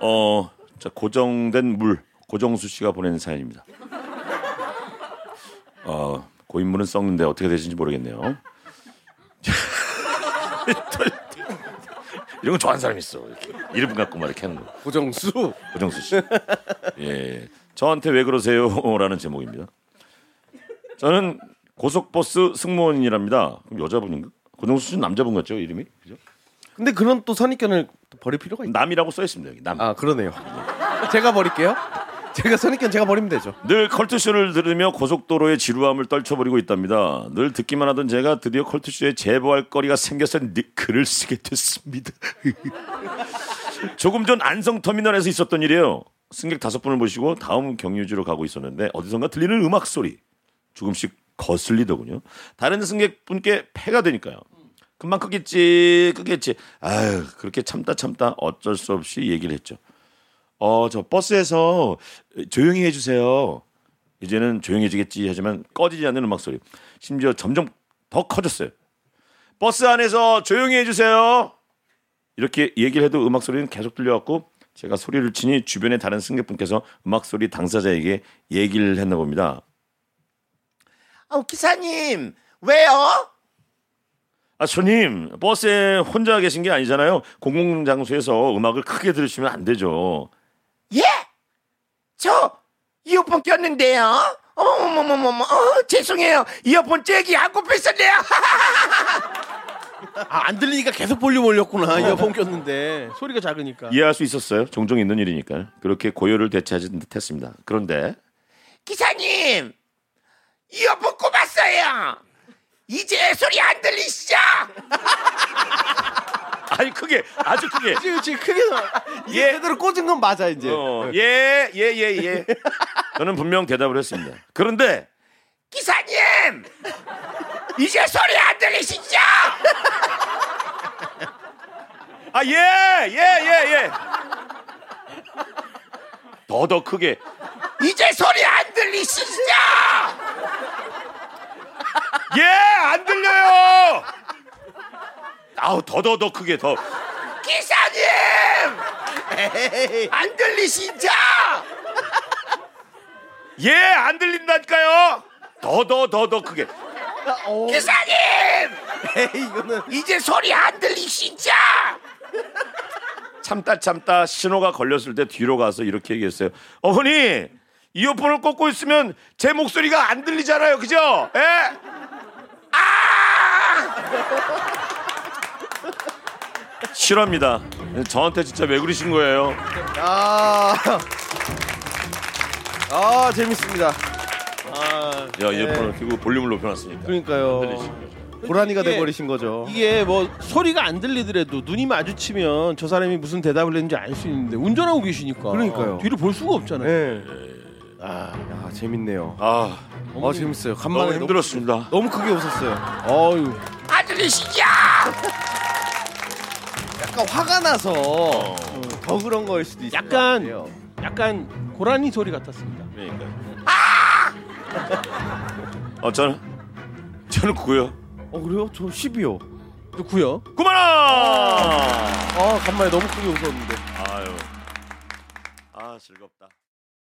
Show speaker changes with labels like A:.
A: 어, 자, 고정된 물 고정수 씨가 보내는 사연입니다. 어, 고인물은 썩는데 어떻게 되시는지 모르겠네요. 이런 거 좋아하는 사람 있어. 이렇게 이름 갖고 막 이렇게 하는 거.
B: 고정수.
A: 고정수 씨. 예. 저한테 왜 그러세요? 라는 제목입니다. 저는 고속버스 승무원이랍니다. 그럼 여자분인가? 고정수 씨는 남자분 같죠? 이름이? 그죠?
B: 근데 그런 또 선입견을 또 버릴 필요가 있.
A: 남이라고 써 있습니다. 여기 남.
B: 아 그러네요. 제가 버릴게요. 제가 선입견 제가 버리면 되죠.
A: 늘 컬투쇼를 들으며 고속도로의 지루함을 떨쳐버리고 있답니다. 늘 듣기만 하던 제가 드디어 컬투쇼에 제보할 거리가 생겨서 니- 글을 쓰게 됐습니다. 조금 전 안성터미널에서 있었던 일이에요. 승객 다섯 분을 모시고 다음 경유지로 가고 있었는데 어디선가 들리는 음악 소리 조금씩 거슬리더군요. 다른 승객분께 패가 되니까요. 금방 끄겠지, 끄겠지. 아유, 그렇게 참다 참다 어쩔 수 없이 얘기를 했죠. 어, 저 버스에서 조용히 해주세요. 이제는 조용해지겠지 하지만 꺼지지 않는 음악 소리. 심지어 점점 더 커졌어요. 버스 안에서 조용히 해주세요. 이렇게 얘기를 해도 음악 소리는 계속 들려왔고 제가 소리를 치니 주변의 다른 승객분께서 음악 소리 당사자에게 얘기를 했나 봅니다. 아, 기사님 왜요? 아, 손님, 버스에 혼자 계신 게 아니잖아요. 공공장소에서 음악을 크게 들으시면 안 되죠. 예? 저 이어폰 꼈는데요. 어머머머머머, 어, 죄송해요. 이어폰 잭이 안 꼽혔었네요.
B: 아, 안 들리니까 계속 볼륨 올렸구나. 이어폰 꼈는데 소리가 작으니까.
A: 이해할 수 있었어요. 종종 있는 일이니까 그렇게 고요를 대체하지 못했습니다. 그런데 기사님, 이어폰 꼽았어요. 이제 소리 안 들리시죠? 아니 크게, 아주 크게.
B: 지금 지금 크게 나- 이게 제대로 꽂은 건 맞아 이제.
A: 예. 예예예 예, 예. 저는 분명 대답을 했습니다. 그런데 기사님 이제 소리 안 들리시죠? 아 예 예 예 예. 더 더 크게 이제 소리 안 들리시죠? 예 안 들려요. 아우 더 더 더 크게 더 기사님 안 들리시죠? 예, 안 들린다니까요. 더 더 더 더 크게. 기사님,
B: 에이, 이거는
A: 이제 소리 안 들리시죠? 참다 참다 신호가 걸렸을 때 뒤로 가서 이렇게 얘기했어요. 어머니, 이어폰을 꽂고 있으면 제 목소리가 안 들리잖아요, 그죠? 예? 아! 싫어합니다. 저한테 진짜 왜 그러신 거예요?
B: 아. 아 재밌습니다. 아
A: 야 이어폰을 켜고 볼륨을 높여놨으니까
B: 그러니까요. 고라니가
C: 이게-
B: 돼버리신 거죠.
C: 이게 뭐 소리가 안 들리더라도 눈이 마주치면 저 사람이 무슨 대답을 했는지 알 수 있는데 운전하고 계시니까
B: 그러니까요.
C: 뒤를 볼 수가 없잖아요.
B: 예. 아, 야, 재밌네요.
A: 아
B: 어 재밌어요.
A: 너무
B: 간만에
A: 힘들었습니다
B: 너무, 너무 크게 웃었어요. 어유.
A: 아들이시죠
B: 약간 화가 나서 어. 더 그런 거일 수도 있어요.
C: 약간
B: 네.
C: 약간 고라니 소리 같았습니다.
A: 그러니까 아 어, 저는 저는 구요
B: 어 그래요? 저 10이요.
C: 그렇고요.
A: 구만 원 어.
B: 아 간만에 너무 크게 웃었는데.
A: 아유 아 즐겁다